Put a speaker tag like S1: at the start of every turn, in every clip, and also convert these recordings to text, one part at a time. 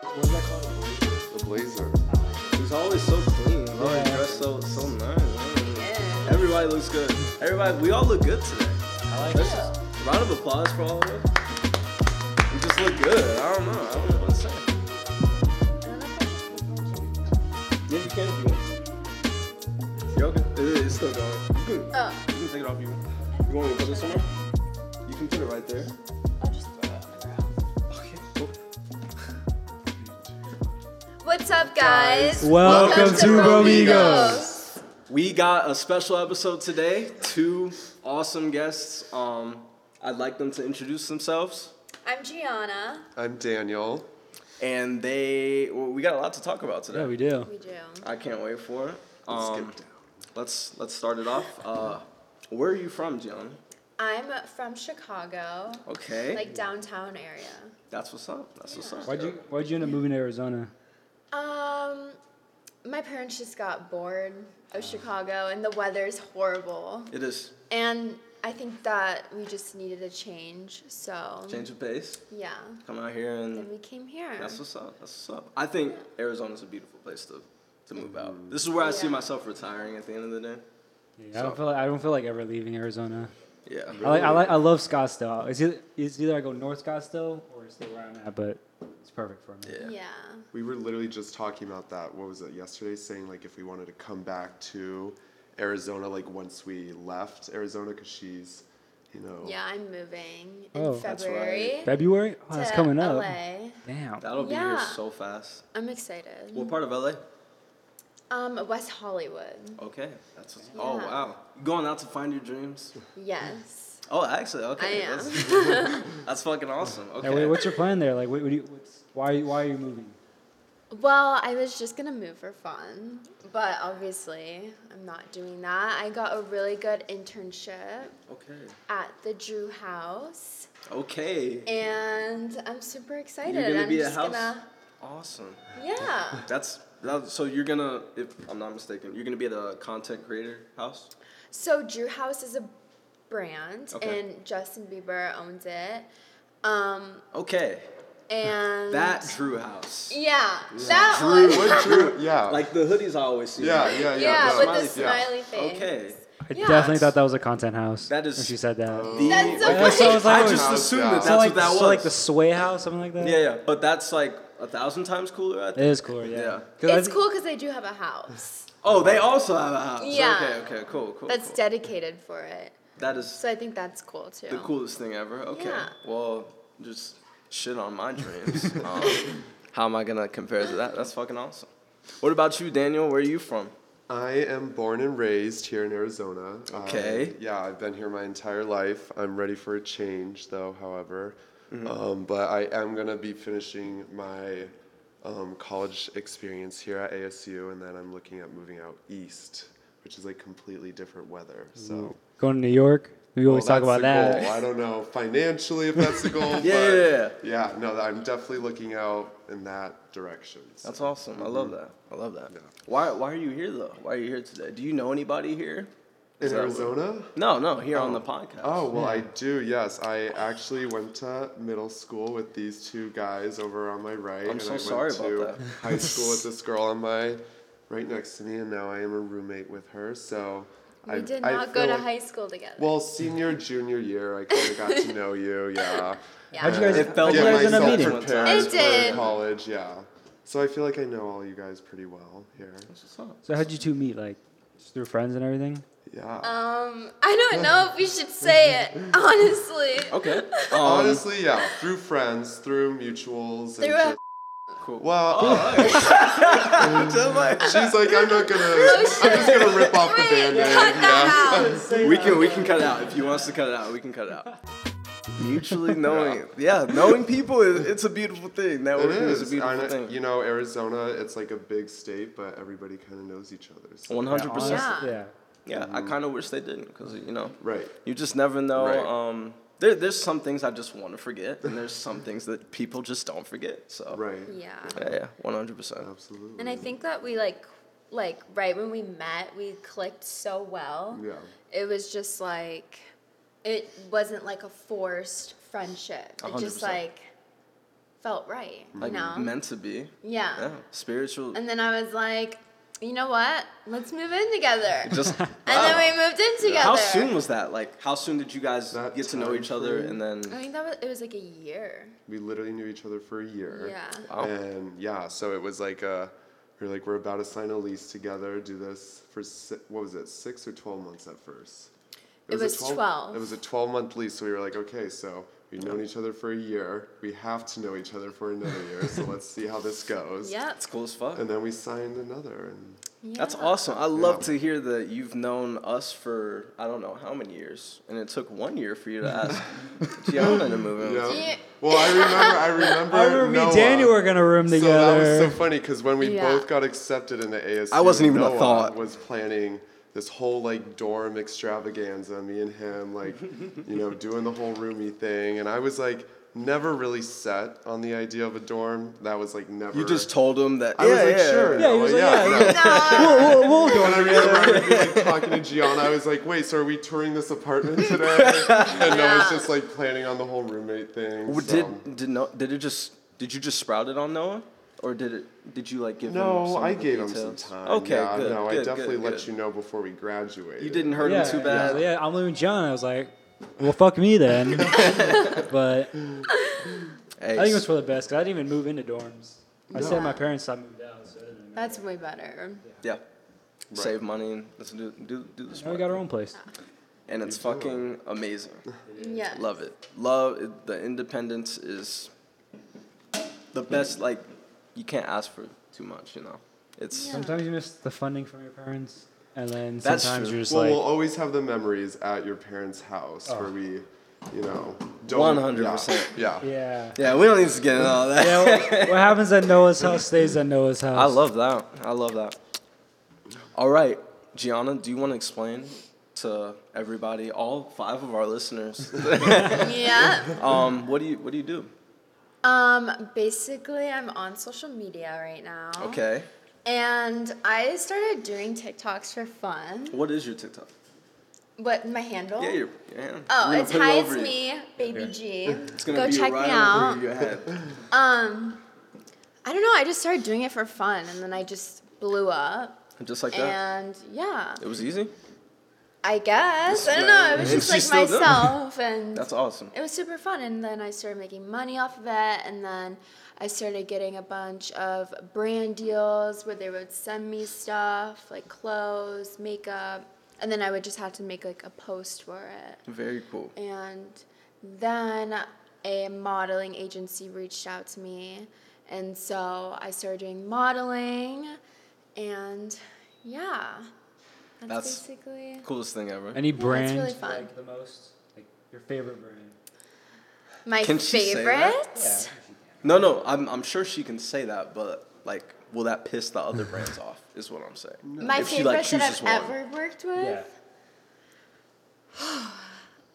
S1: What is that called?
S2: The blazer.
S1: She's always so clean. I've always
S3: Yeah.
S1: dressed Oh, so so nice.
S4: Yeah.
S1: Everybody looks good. Everybody, we all look good today.
S3: I like
S1: Let's just round of applause for all of us. We just look good. I don't know. I don't know what to say. Yeah, you can if you want. You're okay. It- it's still going. You can, you
S4: Oh.
S1: can take it off if you want. You want me to put this somewhere? You can put it right there.
S4: I'll just throw it on the ground.
S1: Okay. Cool.
S4: What's up, guys?
S3: Welcome to
S4: Bromigos.
S1: We got a special episode today. Two awesome guests. Um, I'd like them to introduce themselves.
S4: I'm Gianna.
S2: I'm Daniel.
S1: And they, well, we got a lot to talk about today.
S3: Yeah, we do.
S4: We do.
S1: I can't wait for it.
S2: Let's
S1: Um,
S2: get down.
S1: let's let's start it off. Uh, where are you from, Gianna?
S4: I'm from Chicago,
S1: Okay,
S4: like downtown area.
S1: that's what's up. That's what's up.
S3: Why'd you Why'd you end up moving to Arizona?
S4: Um, my parents just got bored of Chicago, and the weather's horrible.
S1: It is
S4: And I think that we just needed a change. So
S1: change of pace.
S4: yeah,
S1: Come out here and
S4: then we came here.
S1: That's what's up. That's what's up. I think Arizona's a beautiful place to, to move
S2: Mm.
S1: out. This is where I see
S4: Yeah.
S1: myself retiring at the end of the day.
S3: I don't feel like, I don't feel like ever leaving Arizona.
S1: Yeah.
S3: I like I like I love Scottsdale. It's either, it's either I go north Scottsdale or stay where I'm at, but it's perfect for me.
S1: Yeah.
S4: yeah.
S2: We were literally just talking about that. What was it yesterday? Saying like if we wanted to come back to Arizona, like once we left Arizona, because she's, you know,
S4: Yeah, I'm moving in
S3: Oh,
S1: that's right.
S4: February.
S3: February? Oh, that's
S4: to
S3: coming up.
S4: LA.
S3: Damn.
S1: That'll be here
S4: Yeah.
S1: so fast.
S4: I'm excited.
S1: What part of LA?
S4: Um, West Hollywood.
S1: Okay. That's what's, Oh,
S4: Yeah.
S1: wow. You going out to find your dreams?
S4: Yes.
S1: Oh, actually, okay.
S4: I am.
S1: That's, that's fucking awesome. Okay.
S3: Hey, wait, what's your plan there? Like, what, what do you, what's, why Why are you moving?
S4: Well, I was just gonna move for fun, but obviously I'm not doing that. I got a really good internship
S1: okay.
S4: at the Drew House,
S1: Okay.
S4: and I'm super excited.
S1: You're gonna
S4: I'm
S1: be a
S4: just
S1: house.
S4: gonna,
S1: Awesome.
S4: yeah.
S1: That's, that, so you're gonna, if I'm not mistaken, you're gonna be at a content creator house?
S4: So Drew House is a brand,
S1: Okay.
S4: and Justin Bieber owns it. Um,
S1: Okay.
S4: and
S1: That Drew house.
S4: yeah, that
S1: Drew,
S4: one,
S1: what Drew?
S2: yeah,
S1: Like the hoodies I always see.
S2: yeah, yeah, yeah.
S4: yeah,
S2: no.
S4: with
S1: smiley
S4: the
S1: face.
S4: smiley face.
S1: Okay.
S3: I
S4: Yeah.
S3: definitely thought that was a content house.
S1: That is-
S3: when she said that. Oh.
S1: The-
S4: That's so
S1: I
S3: That's what I was like,
S1: just
S3: wait,
S1: assumed that
S2: Yeah.
S1: that's
S3: so like,
S1: what that was.
S3: so like the Sway House, something like that.
S1: yeah, yeah, but that's like a thousand times cooler. I
S3: It
S1: think.
S3: is cool, yeah.
S1: Yeah.
S3: 'Cause I
S4: It's
S3: thi-
S4: cool because they do have a house
S1: Oh, they also have a house.
S4: Yeah.
S1: Okay, okay, cool, cool.
S4: that's
S1: cool.
S4: dedicated for it.
S1: that is
S4: So I think that's cool too.
S1: the coolest thing ever. Okay.
S4: Yeah.
S1: Well, just shit on my dreams. um, how am I gonna compare to that? That's fucking awesome. What about you, Daniel? Where are you from?
S2: I am born and raised here in Arizona. Um,
S1: Okay.
S2: yeah, I've been here my entire life. I'm ready for a change, though, however.
S1: Mm-hmm.
S2: Um, but I am going to be finishing my um, college experience here at ASU, and then I'm looking at moving out east, which is like completely different weather.
S1: Mm.
S2: So.
S3: Going to New York. We
S2: well,
S3: always talk
S2: that's
S3: about
S2: the
S3: that.
S2: Goal. I don't know financially if that's the
S1: Yeah,
S2: goal.
S1: yeah, yeah.
S2: But yeah, no, I'm definitely looking out in that direction. So.
S1: That's awesome. I love that. I love that.
S2: Yeah.
S1: Why Why are you here though? Why are you here today? Do you know anybody here?
S2: In
S1: Is that what-
S2: Arizona?
S1: No, no, here on the podcast.
S2: Oh well, I do. Yes, I actually went to middle school with these two guys over on my right,
S1: I'm
S2: and
S1: so
S2: I went
S1: sorry about
S2: to
S1: that.
S2: high school with this girl on my right next to me, and now I am a roommate with her. So
S4: we
S2: I,
S4: did
S2: I
S4: not go
S2: feel
S4: to
S2: like-
S4: high school together.
S2: Well, senior junior year, I kind of got to know you. Yeah.
S4: yeah.
S3: How'd you guys?
S1: It felt
S3: how'd you
S2: Get
S1: like
S3: guys end up
S2: myself
S3: meeting?
S1: one time.
S2: prepared
S4: It
S2: for
S4: did.
S2: college. Yeah. So I feel like I know all you guys pretty well here.
S1: That's what's up.
S3: So how'd you two meet? Like, just through friends and everything?
S2: Yeah.
S4: um, I don't know if we should say it honestly.
S1: Okay. Um,
S2: Honestly, yeah. Through friends, through mutuals.
S4: Through a-
S2: and just-
S1: cool.
S2: well,
S1: Just like-
S2: She's like, I'm not gonna. I'm just gonna rip off the
S4: Wait,
S2: band-aid.
S4: cut that
S2: Yeah.
S4: out.
S1: we can we can cut it out if you want us to cut it out. We can cut it out. Mutually knowing, yeah, knowing people is it's a beautiful thing.
S2: It
S1: Networking is.
S2: is.
S1: a beautiful
S2: Aren't it-
S1: thing.
S2: You know, Arizona, it's like a big state, but everybody kind of knows each other. so-
S1: One hundred percent.
S4: Yeah.
S3: Yeah.
S1: Yeah, I kind of wish they didn't because you know,
S2: Right.
S1: you just never know.
S2: Right.
S1: Um, there, there's some things I just want to forget, and there's some things that people just don't forget. So
S2: Right.
S4: Yeah.
S1: yeah, yeah, one hundred percent.
S2: Absolutely.
S4: And I think that we like, like right when we met, we clicked so well.
S2: Yeah.
S4: It was just like, it wasn't like a forced friendship.
S1: A
S4: It
S1: hundred
S4: just
S1: percent.
S4: like felt right.
S1: Like
S4: you know?
S1: meant to be.
S4: yeah.
S1: Yeah. Spiritual.
S4: And then I was like, you know what? Let's move in together.
S1: just.
S4: and
S1: wow.
S4: then we moved in together.
S1: How soon was that? Like, how soon did you guys
S2: That
S1: get to know
S2: time
S1: each other?
S2: frame?
S1: And then,
S4: I think that was it was like a year.
S2: We literally knew each other for a year.
S4: Yeah.
S1: Wow.
S2: And yeah, so it was like uh we were like we're about to sign a lease together. Do this for si- what was it, six or twelve months at first?
S4: It
S2: a
S4: was 12.
S2: It was a twelve month lease. So we were like, okay, so we've known each other for a year. We have to know each other for another year. So let's see how this goes.
S4: Yep.
S1: that's cool as fuck.
S2: And then we signed another, and
S1: That's
S4: Yeah.
S1: awesome. I love
S2: Yeah.
S1: to hear that you've known us for I don't know how many years, and it took one year for you to ask Gianna to move in. with
S2: yeah.
S1: you.
S4: Yeah.
S2: Well, I remember. I remember.
S3: Oh, I remember me
S2: Noah.
S3: and Daniel were gonna room
S2: uh, So
S3: together.
S2: that was so funny because when we
S4: Yeah.
S2: both got accepted into ASU,
S1: I wasn't even a
S2: Noah
S1: thought.
S2: Was planning this whole like dorm extravaganza. Me and him, like, you know, doing the whole roomy thing, and I was like, never really set on the idea of a dorm. That was like never.
S1: You just told him that.
S2: I
S1: yeah,
S2: was like,
S1: yeah.
S2: sure.
S3: Yeah, he
S2: Noah,
S3: was like, yeah,
S2: no.
S4: No.
S3: Whoa, whoa, whoa,
S2: And I remember I would be like talking to Gianna. I was like, "Wait, so are we touring this apartment today?" And Noah's just like planning on the whole roommate thing.
S1: Well,
S2: so.
S1: Did did no, did it just did you just sprout it on Noah, or did it did you like give him?
S2: No,
S1: some
S2: I
S1: of the
S2: gave him some
S1: details?
S2: time.
S1: Okay,
S2: yeah,
S1: good.
S2: No,
S1: good,
S2: I definitely
S1: good,
S2: let
S1: good.
S2: you know before we graduated.
S1: You didn't hurt
S3: yeah,
S1: him too bad.
S3: Yeah, yeah, I'm leaving John. I was like, well, fuck me then. but
S1: Hey,
S3: I think it was for the best because I didn't even move into dorms. I stayed at my
S4: No.
S3: parents' so I moved out. So it didn't matter.
S4: That's way better.
S1: yeah. Save money and let's do do do the
S3: now we
S1: smart
S3: got our own place.
S1: and it's fucking amazing.
S4: Yeah.
S1: Love it. Love the independence is the best. Like you can't ask for too much. You know, it's
S4: Yeah.
S3: Sometimes you miss the funding from your parents, and then
S1: That's
S3: sometimes
S1: true.
S3: you're just
S2: Well,
S3: like,
S2: we'll always have the memories at your parents' house where we, you know, don't.
S1: one hundred percent.
S2: Yeah. yeah.
S3: yeah.
S1: Yeah, we don't need to get into all that.
S3: yeah what, what happens at Noah's house stays at Noah's house.
S1: I love that. I love that. All right, Gianna, do you want to explain to everybody, all five of our listeners,
S4: yeah.
S1: um, what do you what do you do?
S4: Um, basically, I'm on social media right now.
S1: Okay,
S4: And I started doing TikToks for fun.
S1: what is your TikTok?
S4: What my handle?
S1: Yeah, your, your hand.
S4: Oh,
S1: We're gonna
S4: it's
S1: put it
S4: hi,
S1: over
S4: it's
S1: you.
S4: me, baby G.
S1: It's gonna
S4: Go
S1: be
S4: check
S1: right
S4: me
S1: over
S4: out.
S1: your head.
S4: Um, I don't know. I just started doing it for fun, and then I just blew up.
S1: Just like that.
S4: And yeah,
S1: It was easy.
S4: I guess I don't know. It was
S1: She's
S4: just
S1: still
S4: like
S1: doing it.
S4: myself, and
S1: That's awesome.
S4: it was super fun and then i started making money off of it and then i started getting a bunch of brand deals where they would send me stuff like clothes makeup and then i would just have to make like a post for it
S1: Very cool.
S4: and then a modeling agency reached out to me and so i started doing modeling and yeah that's,
S1: That's-
S4: basically
S1: Coolest thing ever.
S3: Any
S4: really
S3: brand
S4: fun.
S3: like the most, like your favorite brand.
S4: my
S1: Can she say that?
S4: favorites
S1: No, no, I'm, I'm sure she can say that, but like, will that piss the other brands off? Is what I'm saying.
S4: My
S1: If she, like,
S4: favorites that
S1: chooses
S4: I've
S1: one.
S4: ever worked with.
S3: Yeah.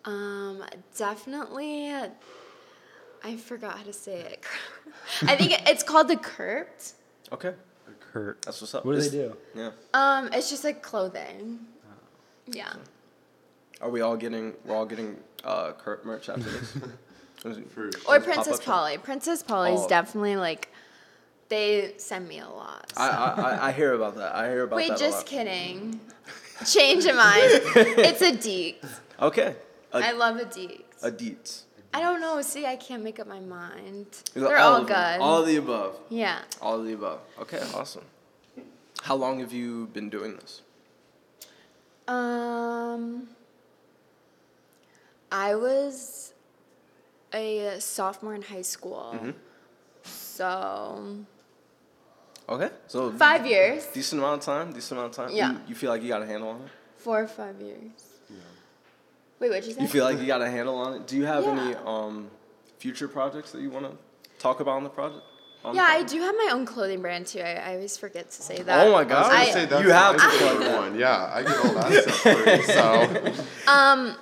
S4: Um, definitely. I forgot how to say it. I think it- it's called the Curved.
S1: Okay,
S3: Kurt.
S1: that's what's up.
S3: What do they
S1: It's-
S3: do?
S1: Yeah.
S4: Um, it's just like clothing.
S1: Oh.
S4: Yeah.
S1: Are we all getting? We're all getting uh, Kurt merch after this. Is it-
S2: For,
S4: Or
S1: Those pop-up
S4: Princess
S1: shop-
S4: Polly. Princess Polly's
S1: Oh.
S4: definitely like they send me a lot.
S1: I, I I- I hear about that. I hear about
S4: Wait,
S1: that a
S4: just
S1: lot.
S4: kidding. Change of mind. it's a deek.
S1: Okay. A,
S4: I love a deek.
S1: a deets.
S4: I don't know. See, I can't make up my mind.
S1: You're like,
S4: They're all
S1: of
S4: good.
S1: them. All of the above.
S4: yeah.
S1: All of the above. Okay, awesome. How long have you been doing this?
S4: Um, I was a sophomore in high school, so
S1: Okay, so
S4: five years,
S1: decent amount of time. Decent amount of time.
S4: Yeah.
S1: You, you feel like you got a handle on it.
S4: four or five years. Wait, what'd you say?
S1: You feel like you got a handle on it. Do you have any
S4: Yeah.
S1: um, future projects that you want to talk about on the project? On the
S4: yeah, I
S1: project?
S4: do have my own clothing brand too. I, I always forget to say that.
S1: Oh my
S2: I was
S1: god!
S2: gonna
S4: I-
S2: say that's
S1: you have
S2: my
S1: to plug
S2: favorite
S1: that.
S2: one. Yeah, I get all that stuff for you, So
S4: Um,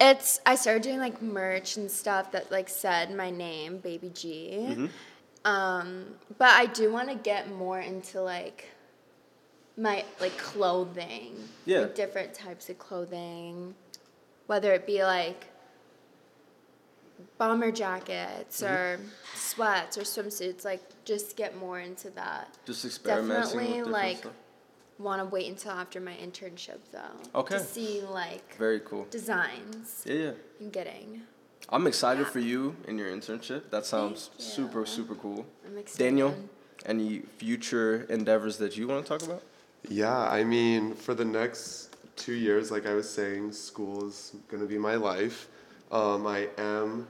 S4: It's I started doing like merch and stuff that like said my name, Baby G.
S1: Mm-hmm.
S4: Um, but I do want to get more into like my like clothing,
S1: Yeah.
S4: like, different types of clothing, whether it be like bomber jackets
S1: Mm-hmm.
S4: or sweats or swimsuits. Like, just get more into that.
S1: Just experimenting with
S4: Definitely,
S1: different
S4: like,
S1: stuff.
S4: Want to wait until after my internship though.
S1: Okay.
S4: To see like
S1: Very cool.
S4: designs
S1: Yeah, yeah.
S4: I'm getting.
S1: I'm excited for you and your internship. That sounds
S4: Thank
S1: super,
S4: you.
S1: super cool.
S4: I'm excited.
S1: Daniel, any future endeavors that you want to talk about?
S2: Yeah, I mean, for the next two years, like I was saying, school is going to be my life. Um, I am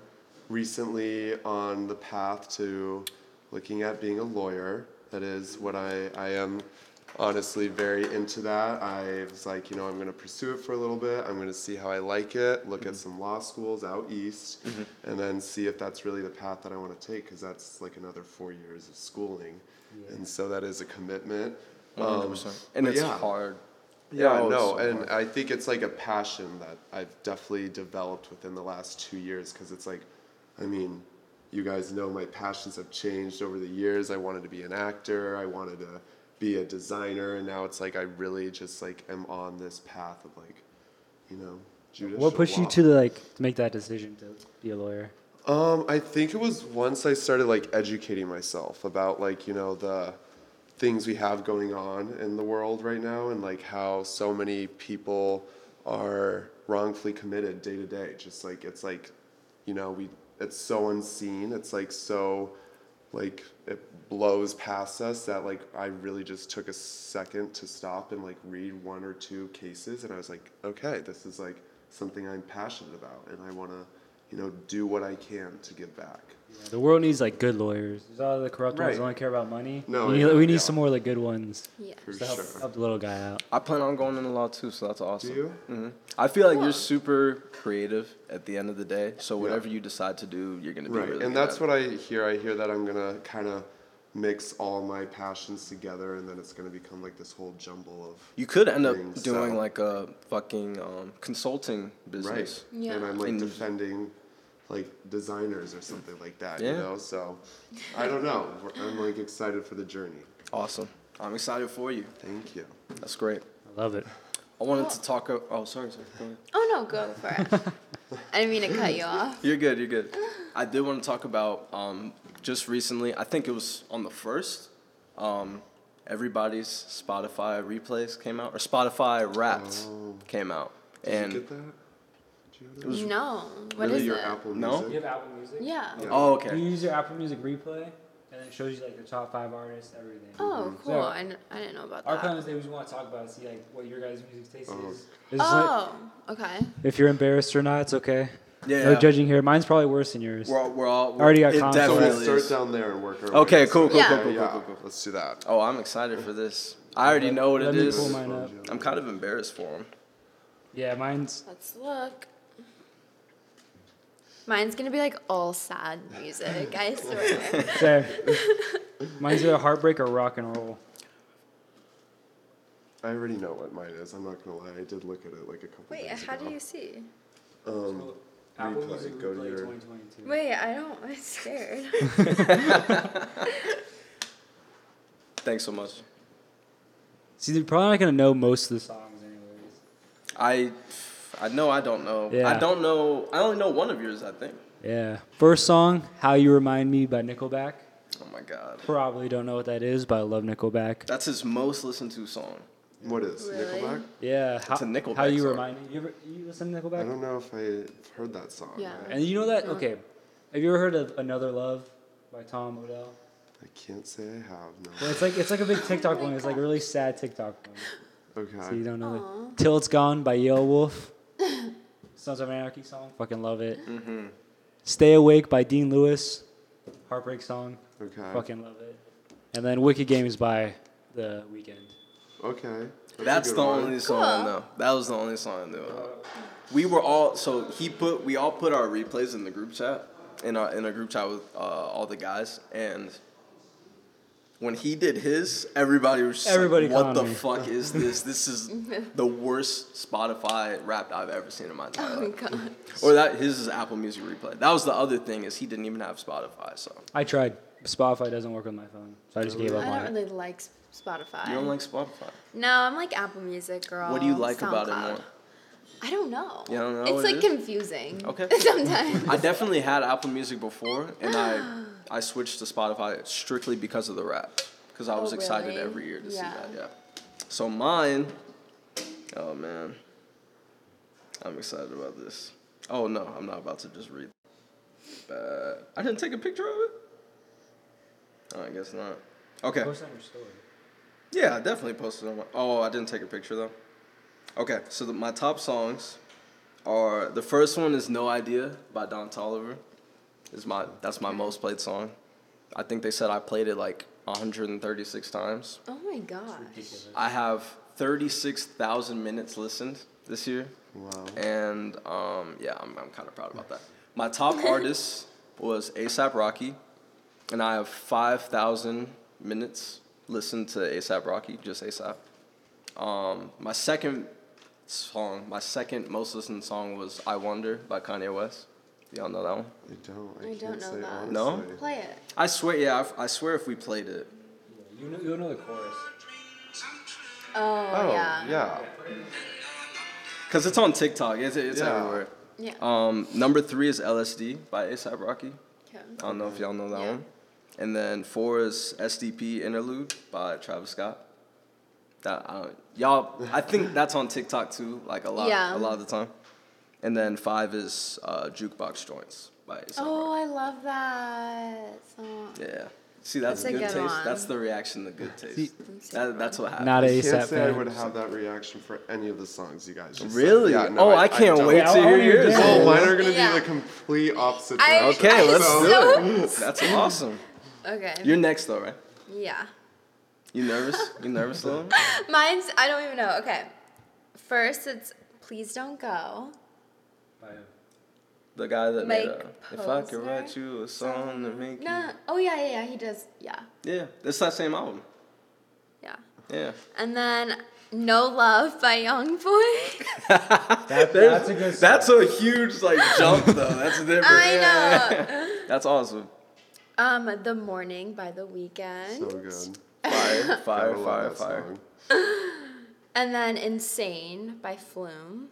S2: recently on the path to looking at being a lawyer. That is what I, I am honestly very into that. I was like, you know, I'm going to pursue it for a little bit. I'm going to see how I like it, look at some law schools out east, and then see if that's really the path that I want to take because that's like another four years of schooling. And so that is a commitment. Um,
S1: 100%. and
S2: but
S1: it's
S2: yeah.
S1: hard.
S2: yeah,
S1: Oh, it's
S2: no,
S1: so
S2: and
S1: hard.
S2: I think it's like a passion that I've definitely developed within the last two years because it's like, I mean, you guys know my passions have changed over the years. I wanted to be an actor, I wanted to be a designer, and now it's like I really just like am on this path of like, you know, judicial
S3: What pushed you
S2: law.
S3: to like to make that decision to be a lawyer?
S2: Um, I think it was once I started like educating myself about like you know the things we have going on in the world right now and like how so many people are wrongfully committed day to day. Just like it's like, you know, we it's so unseen. It's like so like it blows past us that like I really just took a second to stop and like read one or two cases and I was like, okay, this is like something I'm passionate about and I want to, you know, do what I can to give back.
S3: The world needs like good lawyers. There's all the corrupt ones
S2: Right.
S3: that only care about money.
S2: No,
S3: we need,
S2: yeah,
S3: we need
S2: yeah.
S3: some more like good ones.
S4: Yeah.
S2: For
S3: to help,
S2: sure.
S3: help the little guy out.
S1: I plan on going into law too, so that's awesome.
S2: Do you?
S1: hmm I feel like
S4: Cool.
S1: you're super creative at the end of the day. So whatever you decide to do, you're gonna be
S2: Right.
S1: really
S2: and
S1: good
S2: that's
S1: at
S2: what I hear. I hear that I'm going to kind of mix all my passions together and then it's going to become like this whole jumble of
S1: You could end up
S2: things,
S1: doing
S2: so-
S1: like a fucking um, consulting business.
S2: Right.
S4: Yeah.
S2: And I'm like
S1: And-
S2: defending like designers or something like that, you
S1: Yeah.
S2: know? So I don't know. We're- I'm like excited for the journey.
S1: Awesome. I'm excited for you.
S2: Thank you.
S1: That's great.
S3: I love it.
S1: I wanted to talk. o- Oh, sorry, sorry. Go ahead.
S4: Oh no, go for it. I didn't mean to cut you off.
S1: You're good. You're good. I did want to talk about um, just recently. I think it was on the first. Um, everybody's Spotify replays came out, or Spotify Wrapped came out,
S2: Did
S1: and
S2: you get that? Did you get that?
S1: was
S4: No. What is
S2: really your
S4: it?
S2: Apple
S1: No?
S2: Music?
S3: have Apple Music?
S4: Yeah.
S2: Yeah.
S1: oh,
S3: You
S1: okay.
S3: use your Apple Music replay, and it shows you like the top five artists, everything.
S4: Oh,
S3: So,
S4: cool. I, kn- I didn't know about
S3: Our plan
S4: that.
S3: is that we just want to talk about and see like what your guys' music taste
S2: Oh.
S3: is. It's just, like,
S4: Oh, okay.
S3: if you're embarrassed or not, it's okay.
S1: Yeah.
S3: No judging here. Mine's probably worse than yours.
S1: We're all. We're all we're,
S3: Already got
S1: it
S3: comments.
S2: So
S1: definitely
S2: we'll start
S1: is.
S2: down there and work our
S1: Okay,
S2: way.
S1: cool, cool,
S4: Yeah.
S1: cool, cool,
S2: yeah,
S1: cool, cool, cool.
S2: Let's do that.
S1: Oh, I'm excited for this. I already know what
S3: Let
S1: it
S3: me
S1: is.
S3: pull mine up.
S1: I'm kind of embarrassed for him.
S3: Yeah, mine's
S4: Let's look. Mine's gonna be like all sad music. I swear.
S3: there. mine's either heartbreak or rock and roll.
S2: I already know what mine is. I'm not gonna lie. I did look at it like a couple.
S4: Wait,
S2: days
S4: how
S2: ago.
S4: do you see?
S2: Um,
S3: Apple
S2: replay,
S3: Music
S2: go to
S3: replay
S2: your-
S3: 2022.
S4: Wait, I don't. I'm scared.
S1: Thanks so much.
S3: See, they're probably not gonna know most of the songs anyways.
S1: I, I know I don't know. I
S3: Yeah.
S1: don't know. I only know one of yours. I think.
S3: Yeah. First song, "How You Remind Me" by Nickelback.
S1: Oh my god.
S3: Probably don't know what that is, but I love Nickelback.
S1: That's his most listened to song.
S2: What is
S4: Really?
S2: Nickelback?
S3: Yeah. How,
S1: a Nickelback
S3: How you
S1: song.
S3: remind me? You ever you listen to
S2: I
S3: Nickelback?
S2: don't know if I heard that song.
S4: Yeah.
S2: I-
S3: And you know that? Okay. Have you ever heard of "Another Love" by Tom Odell?
S2: I can't say I have.
S3: Well,
S2: No.
S3: it's like it's like a big TikTok one. It's like a really sad TikTok one. So you
S2: Okay.
S3: don't know
S4: Aw.
S3: it. Till It's Gone by Yellow Wolf. Sons of Anarchy song. Fucking love it. Stay Awake by Dean Lewis. Heartbreak song.
S2: Okay.
S3: Fucking love it. And then Wicked Games by The Weekend.
S2: Okay. a
S1: That's
S2: good
S1: the
S2: one.
S1: only song I
S4: Cool.
S1: know. That was the only song I knew. About. We were all so he put we all put our replays in the group chat in our in a group chat with uh, all the guys and. When he did his, everybody was just like,
S3: Everybody
S1: "What
S3: caught
S1: the
S3: me."
S1: fuck is this? This is the worst Spotify rap I've ever seen in my entire
S4: oh my
S1: life."
S4: god.
S1: Or that his is Apple Music replay. That was the other thing is he didn't even have Spotify. So
S3: I tried. Spotify doesn't work on my phone. So I just gave up
S4: I
S3: on
S4: don't
S3: it.
S4: really like S- Spotify.
S1: you don't like Spotify.
S4: No, I'm like Apple Music, girl.
S1: What do you like about it more?
S4: I don't know.
S1: You don't know
S4: It's
S1: what
S4: like
S1: it is?
S4: confusing.
S1: Okay.
S4: Sometimes.
S1: I definitely had Apple Music before, and I I switched to Spotify strictly because of the rap, because I
S4: Oh,
S1: was excited
S4: really?
S1: every year to see
S4: Yeah.
S1: that. Yeah. So mine. Oh man. I'm excited about this. Oh no, I'm not about to just read. Uh, I didn't take a picture of it. Oh, I guess not. Okay.
S3: Post on your story.
S1: Yeah, I definitely posted on my. Oh, I didn't take a picture though. Okay, so the, my top songs are the first one is "No Idea" by Don Tolliver. Is my that's my most played song. I think they said I played it like 136 times.
S4: oh my gosh.
S1: I have 36,000 minutes listened this year,
S2: Wow.
S1: and um, yeah, I'm I'm kind of proud about that. My top artist was ASAP Rocky, and I have 5,000 minutes listened to ASAP Rocky, just ASAP. Um, my second song, my second most listened song was I Wonder by Kanye West. Y'all know that one?
S2: I don't. I,
S4: I
S2: can't
S4: don't know
S2: say
S4: that.
S2: honestly.
S1: No?
S4: Play it.
S1: I swear, yeah, I, I swear if we played it.
S3: You know, you know the chorus.
S4: Oh,
S2: Oh
S4: yeah.
S2: yeah.
S1: Because it's on TikTok, it's, it's
S2: Yeah.
S1: everywhere.
S4: Yeah.
S1: Um, number three is LSD by ASAP Rocky.
S4: Okay.
S1: I don't know if y'all know that
S4: Yeah.
S1: one. And then four is SDP Interlude by Travis Scott. That I don't, y'all, I think that's on TikTok too, like a lot,
S4: Yeah.
S1: a lot of the time. And then five is uh, Jukebox Joints by A$AP
S4: Oh,
S1: Rocky.
S4: I love that song.
S1: Yeah. See, that's,
S4: That's a
S1: good
S4: good
S1: taste. That's
S4: one.
S1: the reaction to good taste. That, that's what happens.
S3: Not
S2: I can't
S3: ASAP.
S2: say I
S3: fan.
S2: would have that reaction for any of the songs you guys just said.
S1: really?
S2: Yeah, no,
S1: oh, I, can't
S2: don't.
S1: wait
S3: Yeah,
S1: to
S3: I
S1: hear
S3: wanna hear
S1: yours.
S3: that.
S2: Oh, mine are gonna
S4: Yeah.
S2: be the complete opposite.
S4: I-
S2: direction.
S1: Okay,
S4: I'm
S1: let's
S4: so-
S1: do it. That's awesome.
S4: Okay.
S1: You're next though, right?
S4: yeah.
S1: You nervous? You nervous, Lil?
S4: Mine's, I don't even know. Okay. First, it's Please Don't Go.
S1: The guy that made
S4: Mike
S1: uh, If I could
S4: Posner?
S1: write you a song to make you
S4: No. Oh, yeah, yeah, yeah. He does. Yeah.
S1: Yeah, it's that same album.
S4: Yeah.
S1: Yeah.
S4: And then No Love by Youngboy.
S3: That- that's a good song.
S1: That's a huge like jump though. That's different.
S4: I know.
S1: know. That's awesome.
S4: Um, The Morning by The Weeknd.
S2: So good.
S1: Fire, fire,
S2: Gotta love
S1: fire,
S2: that
S1: fire.
S2: song.
S4: And then Insane by Flume.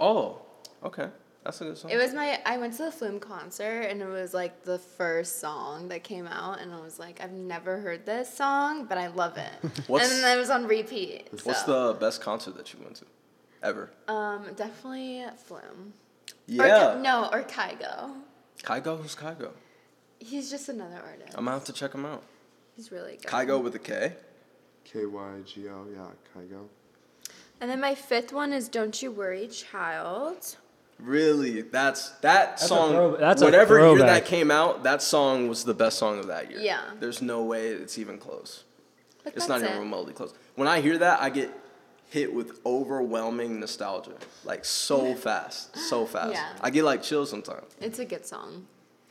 S1: Oh, okay. That's a good song.
S4: It was my I went to the Flume concert and it was like the first song that came out and I was like I've never heard this song but I love it.
S1: What's-
S4: and then it was on repeat.
S1: What's
S4: so,
S1: the best concert that you went to, ever?
S4: um definitely Flume. Or Ki-
S1: Yeah.
S4: no, or Kygo.
S1: Kygo, who's Kygo?
S4: He's just another artist.
S1: I'm gonna have to check him out.
S4: He's really good.
S1: Kygo with a K.
S2: K Y G O. Yeah, Kygo.
S4: And then my fifth one is Don't You Worry Child.
S1: Really, that's that
S3: a
S1: song.
S3: throw- that's a
S1: whatever year
S3: throwback.
S1: that came out, that song was the best song of that year.
S4: Yeah.
S1: There's no way it's even close.
S4: But
S1: It's
S4: that's
S1: not even
S4: it.
S1: remotely close. When I hear that, I get hit with overwhelming nostalgia, like so fast, so fast.
S4: Yeah.
S1: I get like chills sometimes.
S4: It's a good song.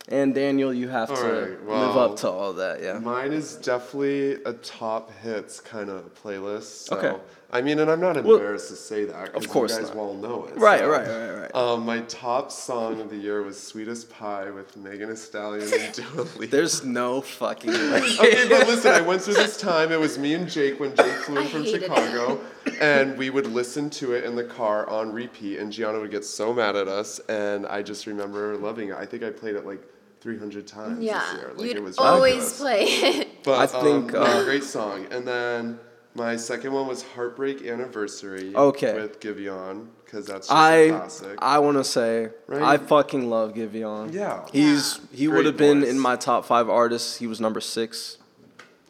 S1: And Daniel, you have
S2: All
S1: to
S2: right,
S1: live
S2: well,
S1: up to all that, yeah.
S2: Mine is definitely a top hits kind of playlist. So.
S1: Okay.
S2: I mean, and I'm not
S1: Well,
S2: embarrassed to say that. 'cause
S1: course
S2: You guys
S1: not.
S2: all know it.
S1: Right,
S2: so.
S1: right, right, right.
S2: Um, my top song of the year was "Sweetest Pie" with Megan Thee Stallion and Dua Lipa.
S1: There's no fucking way.
S2: okay, but listen, I went through this time. It was me and Jake when Jake flew in
S4: I
S2: from
S4: hated
S2: Chicago, and we would listen to it in the car on repeat. And Gianna would get so mad at us, and I just remember loving it. I think I played it like 300 times
S4: Yeah.
S2: this year. Like
S4: You'd
S2: it was
S4: always
S2: ridiculous.
S4: play it.
S2: But
S1: I
S2: I
S1: think,
S2: think
S1: uh,
S2: great song. And then my second one was Heartbreak Anniversary.
S1: Okay.
S2: With Giveon, because that's just a
S1: I
S2: classic.
S1: I want to say
S2: Right?
S1: I fucking love Giveon.
S2: Yeah.
S1: He's he
S2: Great
S1: would have been
S2: voice.
S1: in my top 5 artists. He was number 6.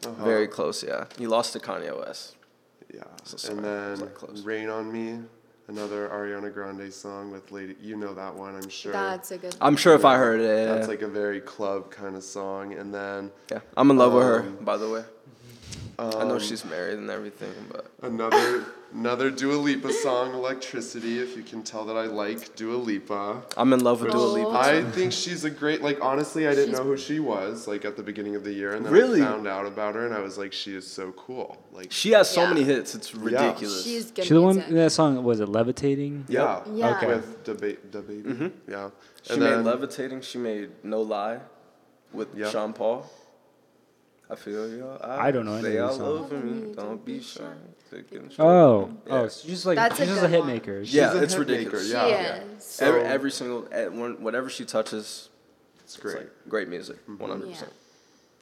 S2: Uh-huh.
S1: Very close, yeah. He lost to Kanye West.
S2: Yeah.
S1: sorry,
S2: and
S1: I was,
S2: then
S1: like, close.
S2: Rain on Me, another Ariana Grande song with Lady. You know that one, I'm sure.
S4: That's a good
S1: I'm sure if I heard it. yeah.
S2: That's like a very club kind of song. And then
S1: Yeah, I'm in love with her,
S2: Um,
S1: by the way. I know she's married and everything, but
S2: another another Dua Lipa song, Electricity. If you can tell that I like Dua Lipa.
S1: I'm in love with Dua
S4: Oh.
S1: Lipa.
S2: I think she's a great like honestly I didn't
S4: She's-
S2: know who she was like at the beginning of the year and then
S1: Really?
S2: I found out about her and I was like she is so cool. Like
S1: She has so
S4: Yeah.
S1: many hits, it's ridiculous.
S4: She's good
S3: She the one
S4: music.
S3: that song was it levitating?
S2: yeah.
S4: Yeah. Okay.
S2: With debate debate. Yeah. And
S1: Mm-hmm. she made Levitating, she made No Lie with
S2: Yeah.
S1: Sean Paul. I feel you.
S3: I don't know any
S1: They
S3: of
S1: all
S3: these songs.
S1: over me, don't be shy. They can show up.
S3: Oh,
S1: Yeah.
S3: oh, so she's like
S4: That's a
S3: she's just a
S4: good
S3: hit
S4: one.
S3: maker. She-
S1: yeah,
S2: a
S1: it's
S2: hit maker,
S1: ridiculous.
S4: She
S2: Yeah, yeah.
S4: is.
S1: every,
S2: So-
S1: every single at one, whatever she touches,
S2: It's
S1: it's
S2: great.
S1: like great Mm-hmm. music, one hundred percent.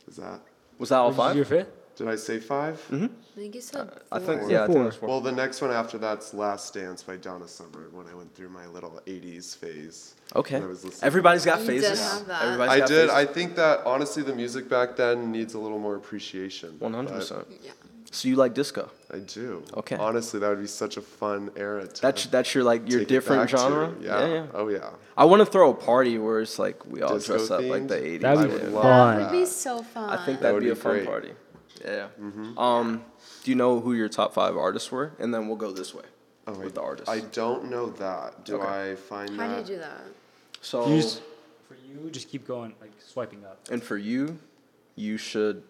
S2: Is that?
S1: Was that all
S3: Which is
S1: five?
S3: your fifth?
S2: Did I say 5
S1: Mm-hmm.
S4: I think you said.
S1: Uh, I think
S2: Four.
S1: yeah, I think
S3: Four.
S1: it was four.
S2: Well, the next one after that's "Last Dance" by Donna Summer. When I went through my little '80s phase.
S1: okay,
S2: when I was listening.
S1: everybody's got
S4: You did
S1: phases.
S4: have that.
S1: Everybody's
S2: I
S1: got
S2: did. I
S1: Phases.
S2: think that honestly, the music back then needs a little more appreciation. but
S1: One hundred percent.
S4: Yeah.
S1: So you like disco?
S2: I do.
S1: Okay.
S2: Honestly, that would be such a fun era. To
S1: That's that's your like your
S2: take it
S1: different
S2: back to.
S1: genre.
S2: Yeah. Oh yeah.
S1: I want to throw a party where it's like we all
S2: Disco
S1: dress up like the
S2: themed?
S1: 80s.
S3: That'd
S2: I
S3: be
S2: would
S1: yeah.
S2: love
S4: That
S3: fun.
S4: would be so fun.
S1: I think that'd
S2: would
S1: be,
S2: be
S1: a fun
S2: great. Mm-hmm.
S1: party. Yeah. Um, do you know who your top five artists were? And then we'll go this way
S2: Oh,
S1: with
S2: I,
S1: the artists.
S2: I don't know that. Do
S1: Okay.
S2: I find
S4: How
S2: that?
S4: do you do that?
S1: so,
S3: You just- for you, just keep going, like swiping up.
S1: and for you, you should.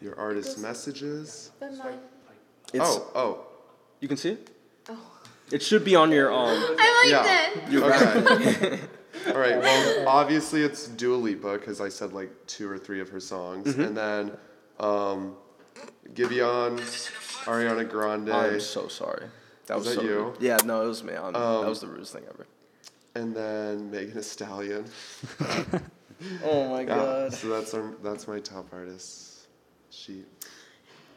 S2: Your artist messages.
S4: But mine.
S1: It's,
S2: oh, oh.
S1: You can see it?
S4: Oh.
S1: It should be on your um.
S4: I like
S2: yeah.
S4: that.
S2: okay. All right. Well, obviously it's Dua Lipa because I said like two or three of her songs,
S3: Mm-hmm.
S2: and then um, Gibeon, Ariana Grande,
S1: I'm so sorry. That
S2: Was
S1: was,
S2: that
S1: so
S2: you?
S1: rude. Yeah, no, it was me. I'm,
S2: Um,
S1: that was the rudest thing ever.
S2: and then Megan Thee Stallion.
S1: Oh my
S2: Yeah. So that's our, that's my top artist sheet.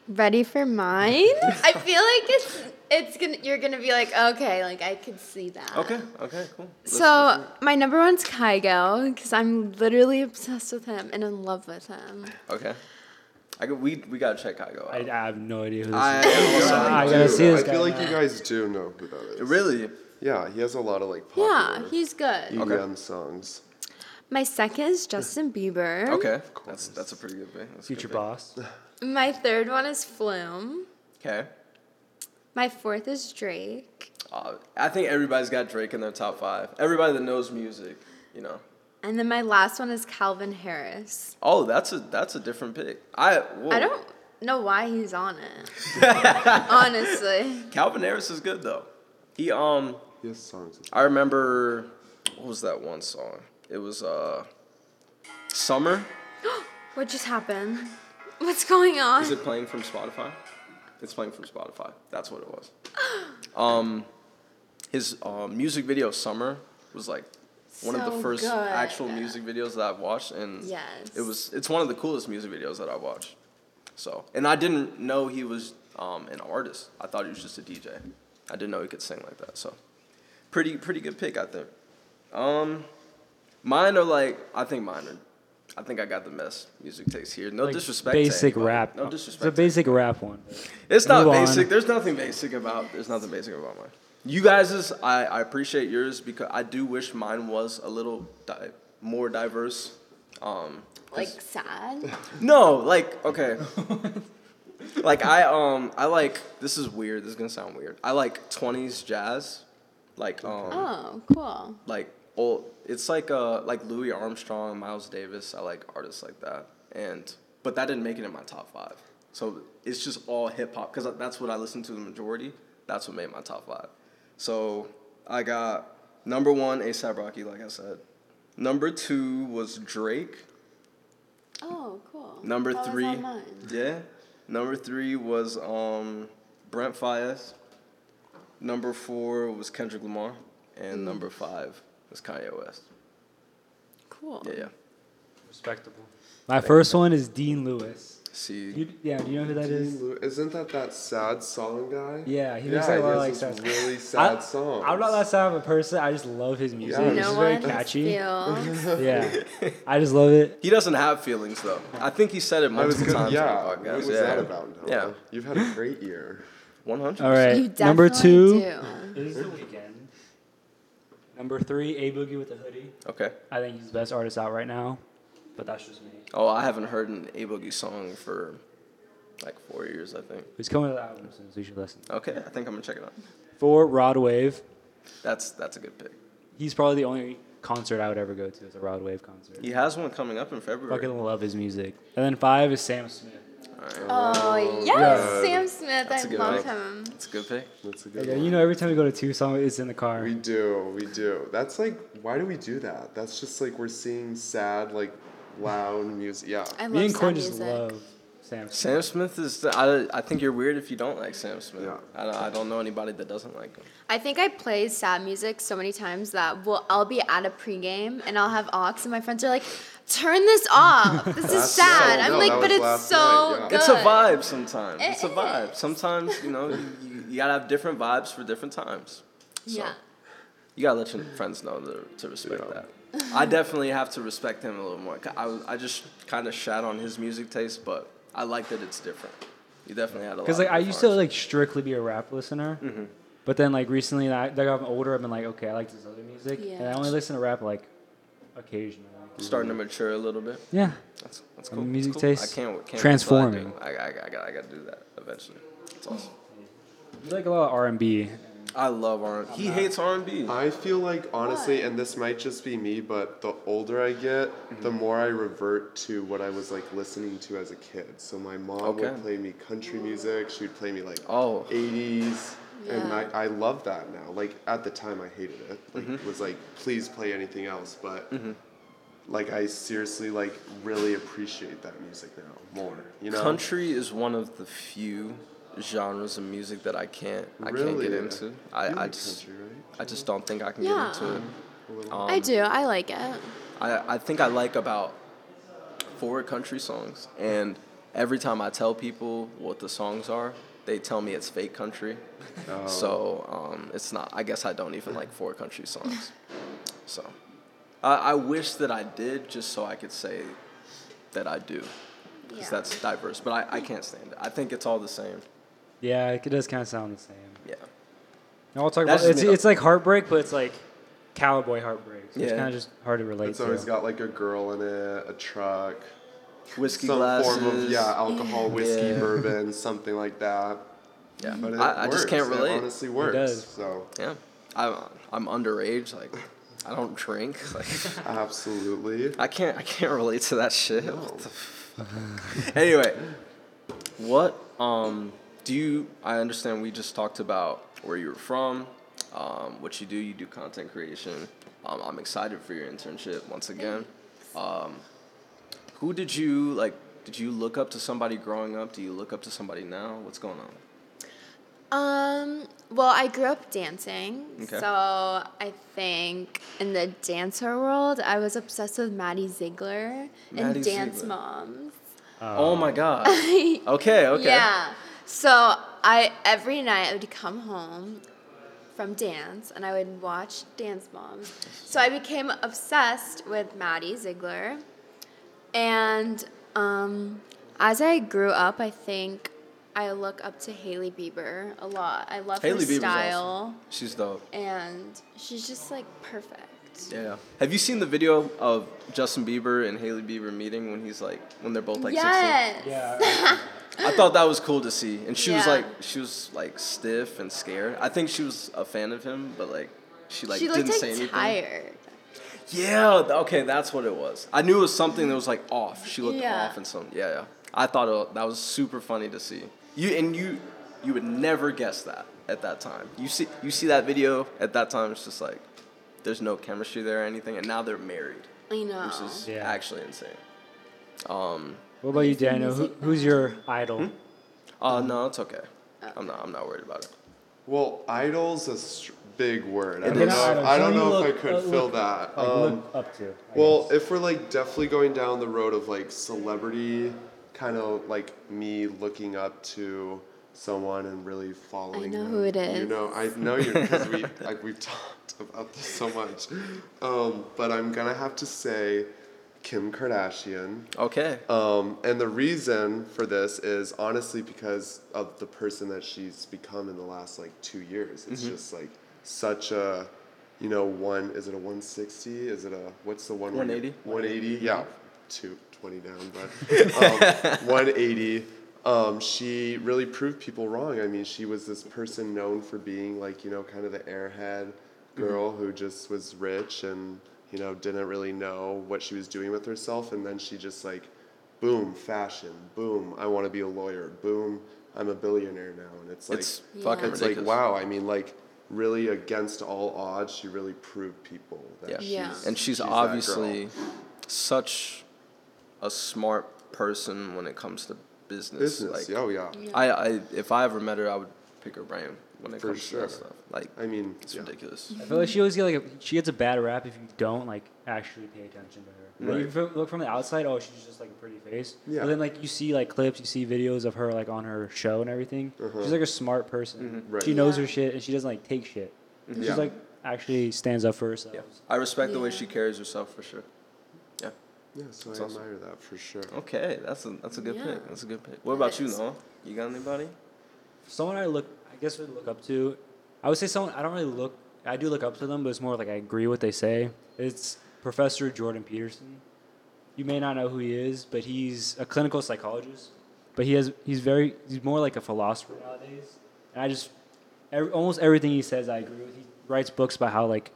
S4: Ready for mine? I feel like it's it's gonna you're gonna be like okay like I could see that.
S1: Okay. Okay. Cool. Let's-
S4: So my number one's Kygo because I'm literally obsessed with him and in love with him.
S1: Okay. I go, we we gotta check Kygo out.
S3: I, I have no idea who this
S1: I-
S3: is.
S1: I
S3: I
S2: Dude,
S3: gotta see this
S2: I
S3: guy.
S2: feel like
S3: now.
S2: you guys do know who that is.
S1: really.
S2: Yeah, he has a lot of like popular
S4: Yeah, he's good.
S2: EDM
S1: Okay.
S2: songs.
S4: My second is Justin Bieber.
S1: Okay. That's that's a pretty good thing. That's a
S3: Future
S1: good thing.
S3: boss.
S4: My third one is Flume.
S1: Okay.
S4: My fourth is Drake.
S1: Uh, I think everybody's got Drake in their top five. Everybody that knows music, you know.
S4: And then my last one is Calvin Harris.
S1: Oh, that's a that's a different pick. I whoa.
S4: I don't know why he's on it. Honestly.
S1: Calvin Harris is good though. He um
S2: He has songs.
S1: I remember what was that one song? It was uh Summer.
S4: What just happened? What's going on?
S1: Is it playing from Spotify? It's playing from Spotify. That's what it was. Um his um, music video Summer was like one of
S4: So
S1: the first
S4: good.
S1: actual music videos that I've watched and
S4: Yes.
S1: it was it's one of the coolest music videos that I watched. So and I didn't know he was um, an artist. I thought he was just a DJ. I didn't know he could sing like that. So pretty pretty good pick I think. Um mine are like I think mine are I think I got the best music taste here. No
S3: Like,
S1: disrespect. to
S3: Basic
S1: anybody.
S3: rap.
S1: No
S3: It's a
S1: disrespect. to
S3: basic rap one.
S1: it's not
S3: Move on.
S1: basic. There's nothing basic about. There's nothing basic about mine. You guys's, I, I appreciate yours because I do wish mine was a little di- more diverse. Um,
S4: like sad?
S1: no, like okay, like I um I like this is weird. This is gonna sound weird. I like 20s jazz, like um
S4: Oh, cool.
S1: like old. It's like uh like Louis Armstrong, Miles Davis. I like artists like that, and but that didn't make it in my top five. So it's just all hip hop because that's what I listen to the majority. That's what made my top five. So I got number one ASAP Rocky, like I said. Number two was Drake.
S4: Oh, cool.
S1: Number
S4: That was
S1: three,
S4: on mine.
S1: yeah. Number three was um, Brent Fias. Number four was Kendrick Lamar,
S4: Mm.
S1: and number five was Kanye West.
S4: Cool.
S1: Yeah, yeah.
S3: Respectable. My first one is Dean Lewis.
S1: See,
S3: You, yeah, do you know who that is?
S2: Isn't that that sad song guy?
S3: Yeah, he makes like a lot of like sad.
S2: really sad
S3: I,
S2: songs.
S3: I'm not that sad of a person. I just love his music.
S2: Yeah,
S3: it's
S4: No
S3: just
S4: one
S3: very catchy.
S4: feels.
S3: Yeah, I just love it.
S1: he doesn't have feelings though. I think he said it
S2: I was
S1: multiple
S2: gonna,
S1: times.
S2: yeah.
S1: on
S2: What
S1: the podcast.
S2: was
S1: yeah.
S2: that about? Uh, Noah?
S1: Yeah,
S2: You've had a great year.
S1: one hundred.
S3: All right,
S4: You
S3: number two
S4: definitely do.
S3: is the weekend. Number three, A Boogie with a hoodie.
S1: Okay.
S3: I think he's the best artist out right now, but that's just me.
S1: Oh, I haven't heard an A Boogie song for like four years. I think.
S3: He's coming with an album soon, so you should listen.
S1: Okay, I think I'm gonna check it out.
S3: Four, Rod Wave.
S1: That's that's a good pick.
S3: He's probably the only concert I would ever go to is a Rod Wave concert.
S1: He has one coming up in February.
S3: Fucking love his music. And then five is Sam Smith.
S1: All right.
S4: Oh, yes,
S2: God.
S4: Sam Smith.
S1: That's a
S4: I
S1: good
S4: love
S1: one.
S4: him.
S1: That's a good pick.
S2: That's a good
S3: Yeah,
S2: one.
S3: you know, every time we go to Tucson, it's in the car.
S2: we do, we do. That's like, why do we do that? That's just like we're seeing sad, like loud music. Yeah.
S4: I love
S3: Me and
S4: sad
S3: Quinn just
S4: music.
S3: love Sam.
S1: Sam Smith is. I, I think you're weird if you don't like Sam Smith.
S2: Yeah.
S1: I, don't- I don't know anybody that doesn't like him.
S4: I think I play sad music so many times that we'll, I'll be at a pregame and I'll have aux, and my friends are like, turn this off. This is
S2: That's-
S4: sad.
S2: no,
S4: I'm
S2: no,
S4: like,
S2: that
S4: but
S2: was
S4: it's
S2: last
S4: so
S2: night, yeah.
S4: good.
S1: It's a vibe sometimes.
S4: It
S1: it's a vibe.
S4: is.
S1: Sometimes, you know, you, you, you gotta have different vibes for different times. So
S4: Yeah.
S1: you gotta let your friends know to, to respect
S2: Yeah.
S1: that. I definitely have to respect him a little more. 'Cause I, was- I just kind of shat on his music taste, but I like that it's different. You definitely had a lot
S3: Because like
S1: of
S3: I
S1: good
S3: used to
S1: vibes.
S3: like strictly be a rap listener, but then like recently, I, like I'm older, I've been like, okay, I like this other music, and I
S4: Yeah.
S3: only listen to rap like occasionally.
S1: starting to mature a little bit.
S3: Yeah,
S1: That's, that's
S3: My
S1: cool. That's
S3: music
S1: cool.
S3: taste
S1: I can't, can't wait till I do.
S3: transforming.
S1: I, I, I, gotta, I gotta do that eventually. It's awesome.
S3: you like a lot of R and B.
S1: I love R. He hates R and B.
S2: I feel like honestly, and this might just be me, but the older I get, the
S1: Mm-hmm.
S2: more I revert to what I was like listening to as a kid. So my mom
S1: Okay.
S2: would play me country music. She would play me like
S1: Oh.
S2: eighties, and
S4: Yeah.
S2: I, I love that now. Like at the time, I hated it. Like
S1: Mm-hmm.
S2: was like, please play anything else, but. Like I seriously like really appreciate that music now more, you know.
S1: Country is one of the few genres of music that I can't I can't get
S2: Really?
S1: into. I,
S2: You
S1: I
S2: like
S1: just
S2: country, right?
S1: I just don't think I can
S4: Yeah.
S1: get into it.
S2: Um,
S4: I do. I like it.
S1: I, I think I like about four country songs and every time I tell people what the songs are, they tell me it's fake country.
S2: Oh.
S1: So um, it's not I guess I don't even like four country songs. So I, I wish that I did just so I could say that I do. Because
S4: Yeah.
S1: that's diverse. But I, I can't stand it. I think it's all the same.
S3: Yeah, it does kind of sound the same.
S1: Yeah.
S3: And I'll talk
S1: That's
S3: about
S1: just
S3: it's,
S1: me.
S3: it's like heartbreak, but it's like cowboy heartbreak. So It's
S1: Yeah.
S3: kind of just hard to relate.
S2: It's
S3: to.
S2: always got like a girl in it, a truck,
S1: Whiskey
S2: some
S1: glasses.
S2: form of yeah alcohol, whiskey,
S1: Yeah.
S2: bourbon, something like that.
S1: Yeah.
S2: But it
S1: I, I
S2: works.
S1: just can't relate.
S2: It honestly works.
S3: does.
S2: So
S1: yeah. I, I'm underage. Like, I don't drink. Like,
S2: absolutely.
S1: I can't. I can't relate to that shit. What the fuck? anyway, what um do you? I understand we just talked about where you were from, um, what you do. You do content creation. Um, I'm excited for your internship once again. Um, who did you like? Did you look up to somebody growing up? Do you look up to somebody now? What's going on?
S4: Um, well, I grew up dancing.
S1: Okay.
S4: So I think in the dancer world, I was obsessed with Maddie Ziegler
S1: Maddie
S4: and Dance
S1: Ziegler.
S4: Moms.
S1: Oh my god. okay, okay.
S4: Yeah. So I every night I would come home from dance and I would watch Dance Moms. So I became obsessed with Maddie Ziegler. And um, as I grew up, I think I look up to Hailey Bieber a lot. I love
S1: Hailey
S4: her
S1: Bieber's
S4: style
S1: awesome. She's dope.
S4: and she's just like perfect.
S1: Yeah. Have you seen the video of Justin Bieber and Haley Bieber meeting when he's like when they're both like 16?
S4: yes.
S3: Yeah.
S1: I thought that was cool to see. And she was
S4: Yeah.
S1: like she was like stiff and scared. I think she was a fan of him, but like she like
S4: she looked
S1: didn't
S4: like
S1: say anything.
S4: tired.
S1: Yeah, th- okay, that's what it was. I knew it was something that was like off. She looked
S4: Yeah.
S1: off and something. Yeah, yeah. I thought it, that was super funny to see. You and you you would never guess that at that time. You see you see that video at that time it's just like there's no chemistry there or anything and now they're married,
S4: I know.
S1: which is
S3: Yeah.
S1: actually insane. Um
S3: what about you, Daniel? Who, who's your
S1: Hmm?
S3: idol?
S1: uh no, it's okay. I'm not I'm not worried about it.
S2: Well, idol's a str- big word. I
S1: It
S2: don't
S1: is.
S2: know. I don't
S3: Who
S2: know
S3: you
S2: if I
S3: look-
S2: could
S3: uh,
S2: fill
S3: look-
S2: that.
S3: Like,
S2: Um,
S3: look up to. I
S2: well,
S3: guess.
S2: if we're like definitely going down the road of like celebrity, kind of like me looking up to someone and really following.
S4: know
S2: them.
S4: who it
S2: You
S4: is.
S2: know, I know you because we like we've talked about this so much. Um, but I'm gonna have to say, Kim Kardashian.
S1: Okay.
S2: Um, and the reason for this is honestly because of the person that she's become in the last like two years. It's just like such a, you know, one. Is it a 160? Is it a what's the one? where you-
S1: 180?
S2: 180. Yeah, two twenty down, but um, 180. Um, she really proved people wrong. I mean, she was this person known for being like you know kind of the airhead
S1: Mm-hmm.
S2: girl who just was rich and you know didn't really know what she was doing with herself, and then she just like boom, fashion, boom, I want to be a lawyer, boom, I'm a billionaire now. And it's like,
S1: it's
S2: it's,
S1: fucking
S4: Yeah.
S1: ridiculous.
S4: It's
S2: like, wow, I mean, like, really against all odds, she really proved people that
S1: Yeah.
S2: she's,
S4: Yeah.
S1: and she's,
S2: that girl.
S1: obviously such a smart person when it comes to business.
S2: business.
S1: like,
S2: oh yeah.
S1: I, I if I ever met her, I would pick her brain when it
S2: For
S1: comes to
S2: sure.
S1: that stuff. Like
S2: I mean,
S1: it's
S2: yeah.
S1: ridiculous.
S3: I feel like she always get like a, she gets a bad rap if you don't like actually pay attention to her. When you
S2: Right.
S3: fo- look from the outside, oh, she's just like a pretty face.
S2: Yeah.
S3: But then like you see like clips, you see videos of her like on her show and everything.
S2: Uh-huh.
S3: She's like a smart person.
S1: Mm-hmm.
S2: Mhm. Right.
S3: She knows
S4: Yeah.
S3: her shit and she doesn't like take shit.
S2: Yeah.
S3: She's like actually stands up for herself.
S1: Yeah, I respect the way
S4: Yeah.
S1: she carries herself for sure. Yeah.
S2: Yeah, so
S1: That's
S2: I
S1: awesome.
S2: admire that for sure.
S1: Okay, that's a that's a good
S4: Yeah.
S1: pick. That's a good pick. What
S4: It
S1: about you,
S4: is.
S1: Noah? You got anybody?
S3: Someone I look, I guess I look up to. I would say someone I don't really look. I do look up to them, but it's more like I agree what they say. It's Professor Jordan Peterson. You may not know who he is, but he's a clinical psychologist. But he has he's very he's more like a philosopher nowadays. And I just every, almost everything he says I agree with. He writes books about how like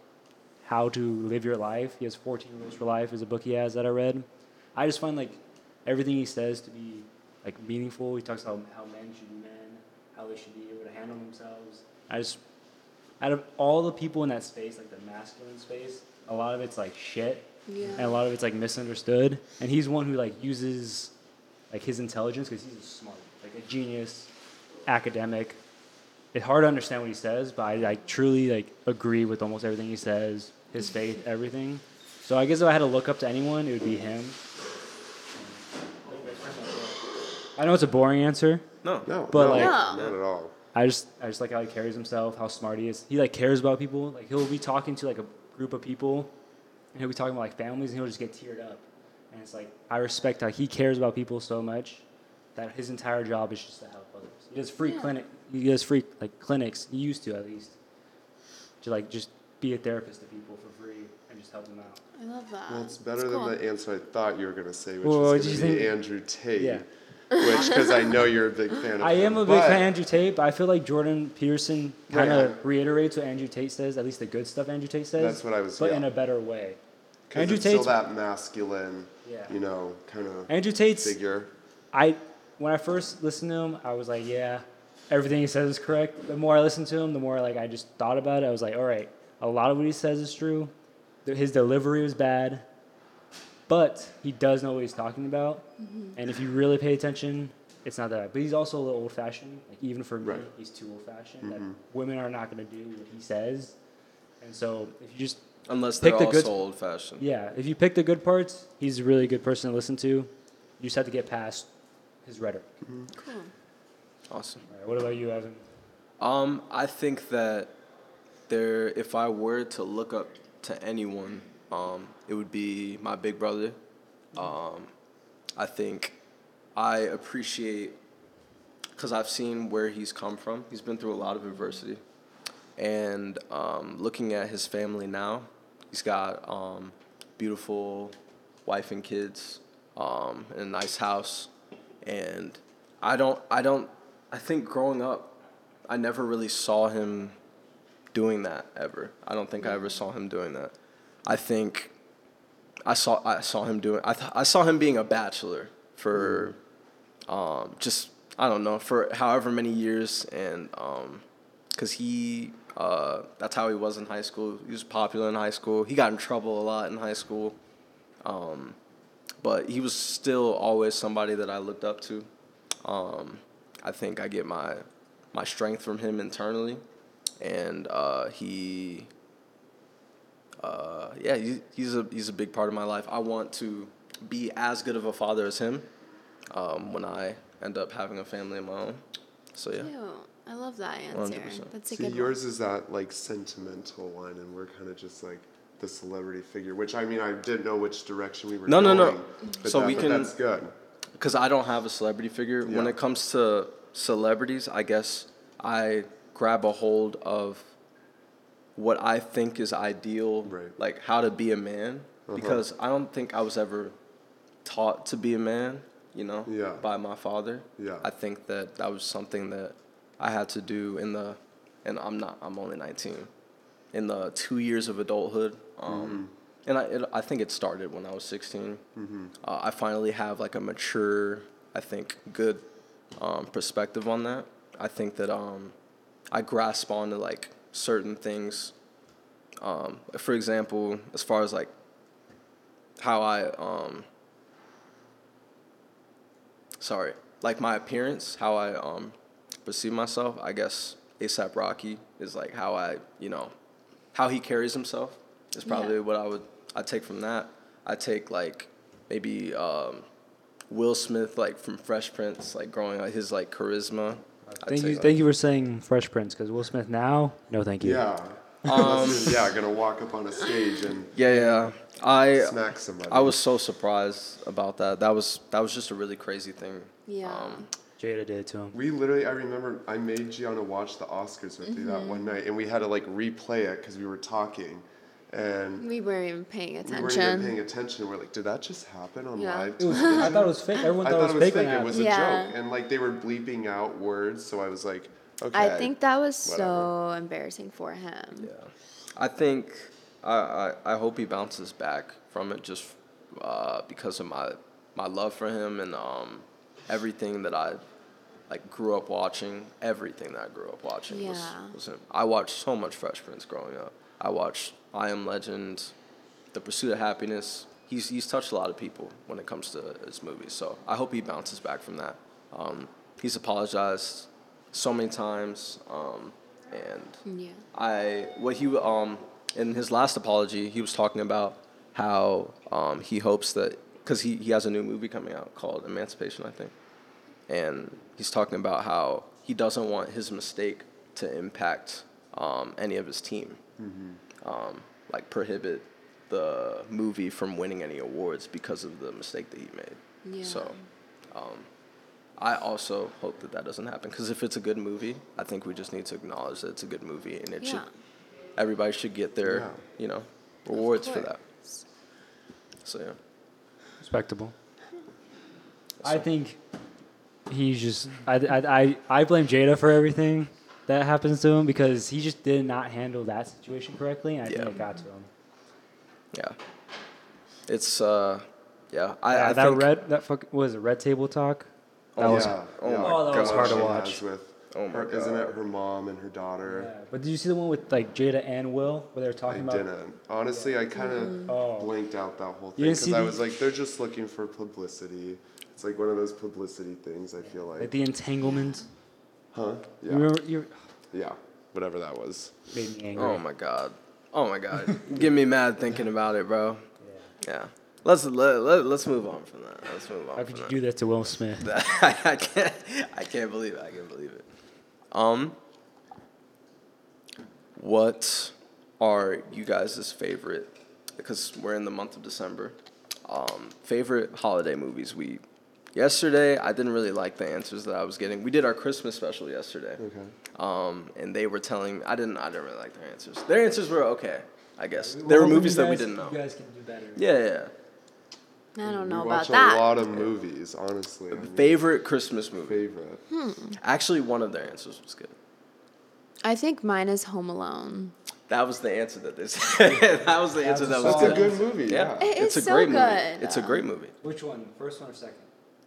S3: how to live your life. He has 14 rules for life is a book he has that I read. I just find like everything he says to be like meaningful. He talks about how men should be men, how they should be able to handle themselves. I just out of all the people in that space, like the masculine space, a lot of it's like shit,
S4: Yeah.
S3: and a lot of it's like misunderstood. And he's one who like uses like his intelligence because he's a smart, like a genius, academic. It's hard to understand what he says, but I like truly like agree with almost everything he says, his faith, everything. So I guess if I had to look up to anyone, it would be him. I know it's a boring answer.
S1: No.
S2: No,
S3: But,
S2: no,
S3: like-
S4: No.
S2: not at all.
S3: I just I just like how he carries himself, how smart he is. He like cares about people. Like he'll be talking to like a group of people, and he'll be talking about like families, and he'll just get teared up. And it's like I respect how he cares about people so much that his entire job is just to help others. He does free
S4: Yeah.
S3: clinic. He does free like clinics. He used to at least to like just be a therapist to people for free and just help them out.
S4: I love that.
S2: Well, it's better
S4: cool.
S2: than the answer I thought you were gonna say, which
S3: Well, what
S2: was
S3: did
S2: gonna be
S3: you think?
S2: Andrew Tate.
S3: Yeah.
S2: Which, because I know you're a big fan of.
S3: I am
S2: him,
S3: a big
S2: but-
S3: fan of Andrew Tate, but I feel like Jordan Peterson
S2: Right.
S3: kind of reiterates what Andrew Tate says, at least the good stuff Andrew Tate says.
S2: That's what I was-
S3: But
S2: yeah.
S3: in a better way.
S2: 'cause
S3: Andrew
S2: it's still
S3: Tate's.
S2: that masculine,
S3: Yeah.
S2: you know, kind of
S3: Andrew Tate's.
S2: figure.
S3: I when I first listened to him, I was like, yeah, everything he says is correct. The more I listened to him, the more like I just thought about it. I was like, all right, a lot of what he says is true. Th- His delivery was bad, but he does know what he's talking about. And if you really pay attention, it's not that. bad. But he's also a little old fashioned. Like even for me,
S2: Right.
S3: he's too old fashioned. That women are not going to do what he says. And so if you just
S1: Unless they're
S3: Pick the
S1: also
S3: good-
S1: old fashioned.
S3: yeah, if you pick the good parts, he's a really good person to listen to. You just have to get past his rhetoric.
S4: Cool.
S1: Awesome.
S3: All right, what about you, Evan?
S1: Um, I think that there, if I were to look up to anyone, um, it would be my big brother. Um, I think I appreciate because I've seen where he's come from. He's been through a lot of adversity, and um, looking at his family now, he's got um, beautiful wife and kids, um, and a nice house. And I don't, I don't, I think growing up, I never really saw him doing that ever. I don't think I ever saw him doing that. I think I saw I saw him doing I th- I saw him being a bachelor for um just I don't know for however many years and um cuz he uh that's how he was in high school. He was popular in high school. He got in trouble a lot in high school. Um but he was still always somebody that I looked up to. Um I think I get my my strength from him internally and uh he uh, yeah, he, he's a he's a big part of my life. I want to be as good of a father as him um, when I end up having a family of my own. So yeah,
S4: Cute. I love that answer.
S1: 100%.
S4: That's a
S2: See,
S4: good
S2: yours is that like sentimental one, and we're kind of just like the celebrity figure. Which I mean, I didn't know which direction we were
S1: No, no,
S2: going.
S1: no.
S2: But
S1: So
S2: that-
S1: we
S2: but
S1: can-
S2: That's good.
S1: because I don't have a celebrity figure. When
S2: Yeah.
S1: it comes to celebrities, I guess I grab a hold of what I think is ideal,
S2: Right. Uh-huh.
S1: like how to be a man, because I don't think I was ever taught to be a man, you know,
S2: Yeah.
S1: by my father.
S2: Yeah.
S1: I think that that was something that I had to do in the, and I'm not, I'm only 19, in the two years of adulthood. Um, And I, it, I think it started when I was 16. Uh, I finally have like a mature, I think, good um, perspective on that. I think that um, I grasp onto like certain things. Um, for example, as far as like how I um, sorry, like my appearance, how I um perceive myself. I guess ASAP Rocky is like how I you know how he carries himself is probably
S4: Yeah.
S1: what I would I take from that. I take like maybe um, Will Smith like from Fresh Prince, like growing like his like charisma. I'd
S3: Thank
S1: take,
S3: you,
S1: like-
S3: thank you for saying Fresh Prince because Will Smith now, no, thank you.
S2: Yeah.
S1: Um,
S2: yeah, gonna walk up on a stage and
S1: Yeah, yeah. I
S2: smack somebody.
S1: I was so surprised about that. That was that was just a really crazy thing.
S4: Yeah.
S2: um,
S3: Jada did it to him.
S2: We literally, I remember I made Gianna watch the Oscars with me that
S4: Mm-hmm.
S2: one night, and we had to like replay it because we were talking, and
S4: we weren't even paying
S2: we weren't even paying
S4: attention.
S2: attention. We're like, did that just happen on
S4: Yeah.
S2: live?
S3: It was,
S2: television?"
S3: I thought it was fake. Everyone
S2: I
S3: thought,
S2: thought it was
S3: fake.
S2: fake.
S3: when
S2: It
S3: happened.
S2: was a
S4: Yeah.
S2: joke, and like they were bleeping out words, so I was like, okay.
S4: I think that was so
S2: whatever.
S4: embarrassing for him.
S1: Yeah. I think I, I, I hope he bounces back from it just uh, because of my my love for him and um, everything that I like grew up watching. Everything that I grew up watching was,
S4: Yeah.
S1: was him. I watched so much Fresh Prince growing up. I watched I Am Legend, The Pursuit of Happiness. He's he's touched a lot of people when it comes to his movies. So I hope he bounces back from that. Um, he's apologized so many times, um, and
S4: Mm, Yeah.
S1: I what he um in his last apology he was talking about how um he hopes that because he he has a new movie coming out called Emancipation I think, and he's talking about how he doesn't want his mistake to impact um any of his team, um like prohibit the movie from winning any awards because of the mistake that he made.
S4: Yeah.
S1: So. Um, I also hope that that doesn't happen because if it's a good movie, I think we just need to acknowledge that it's a good movie and it should.
S4: Yeah.
S1: Everybody should get their,
S2: Yeah.
S1: you know, rewards for that.
S4: course.
S1: So yeah,
S3: Respectable. I think he's just. I, I, I, I blame Jada for everything that happens to him because he just did not handle that situation correctly, and I
S1: Yeah.
S3: think it got to him.
S1: yeah. It's uh, yeah. I,
S3: Yeah,
S1: I
S3: that
S1: think,
S3: red that fuck what is it red table talk. That
S2: yeah,
S3: was.
S1: oh
S2: yeah.
S1: my
S3: Oh, that was hard to
S2: She
S3: watch.
S2: has With
S1: Oh my
S2: her, Isn't
S1: God.
S2: it her mom and her daughter?
S3: Yeah. But did you see the one with like Jada and Will where they were
S2: I
S3: talking about?
S2: didn't. Honestly, I kind of
S4: Mm-hmm.
S3: Oh.
S2: blanked out that whole
S3: You didn't
S2: thing because
S3: see
S2: I
S3: the-
S2: was like, they're just looking for publicity. It's like one of those publicity things. I feel
S3: Like
S2: like,
S3: the entanglement.
S2: huh?
S3: You
S2: Yeah,
S3: remember? You
S2: yeah. Whatever that was.
S3: made me angry.
S1: Oh my god. Oh my god. Get me mad thinking about it, bro.
S3: Yeah.
S1: Yeah. Let's let, let let's move on from that. Let's move on.
S3: How
S1: from
S3: could you
S1: that.
S3: do that to Will Smith?
S1: I can't. I can't believe it. I can't believe it. Um. What are you guys' favorite? Because we're in the month of December. Um, favorite holiday movies? We yesterday I didn't really like the answers that I was getting. We did our Christmas special yesterday.
S2: Okay.
S1: Um, and they were telling I didn't I didn't really like their answers. Their answers were okay, I guess.
S3: Well,
S1: There were
S3: hopefully
S1: movies
S3: you
S1: that we
S3: guys-
S1: didn't know.
S3: You guys can do better.
S1: Yeah, yeah. yeah.
S4: I don't know
S2: we
S4: about
S2: watch
S4: that.
S2: a lot of movies, honestly. I mean,
S1: Favorite Christmas movie?
S2: favorite.
S4: Hmm.
S1: Actually, one of their answers was good.
S4: I think mine is Home Alone.
S1: That was the answer that they said. that was the answer that was
S2: That's a
S1: good.
S2: good movie.
S1: Yeah,
S2: Yeah.
S4: It is
S1: it's a
S4: so
S1: great
S4: good.
S1: movie. It's a great movie.
S3: Which one? First one or second?